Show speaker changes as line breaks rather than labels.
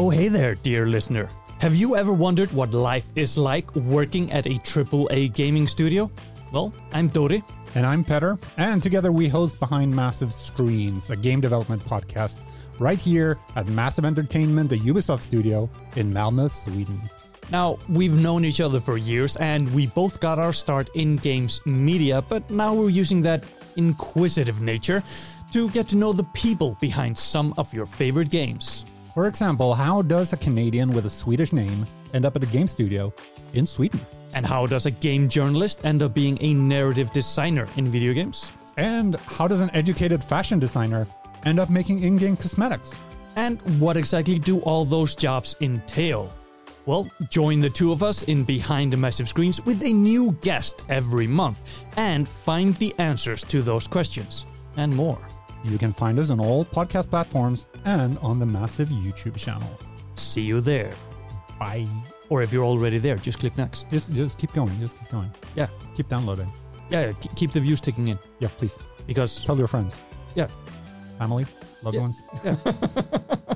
Oh, Hey there, dear listener. Have you ever wondered what life is like working at a AAA gaming studio? Well, I'm Dori.
And I'm Petter, and together we host Behind Massive Screens, a game development podcast, right here at Massive Entertainment, the Ubisoft studio in Malmö, Sweden.
Now, we've known each other for years and we both got our start in games media, but now we're using that inquisitive nature to get to know the people behind some of your favorite games.
For example, how does a Canadian with a Swedish name end up at a game studio in Sweden?
And how does a game journalist end up being a narrative designer in video games?
And how does an educated fashion designer end up making in game cosmetics?
And what exactly do all those jobs entail? Well, join the two of us in Behind the Massive Screens with a new guest every month and find the answers to those questions and more.
You can find us on all podcast platforms and on the Massive YouTube channel.
See you there.
Bye.
Or if you're already there, just click next.
Just, just keep going. Just keep going.
Yeah,
Keep downloading.
yeah, yeah, k- keep the views ticking in
Yeah, please
because
tell your friends,
yeah,
family, loved
Yeah.
ones.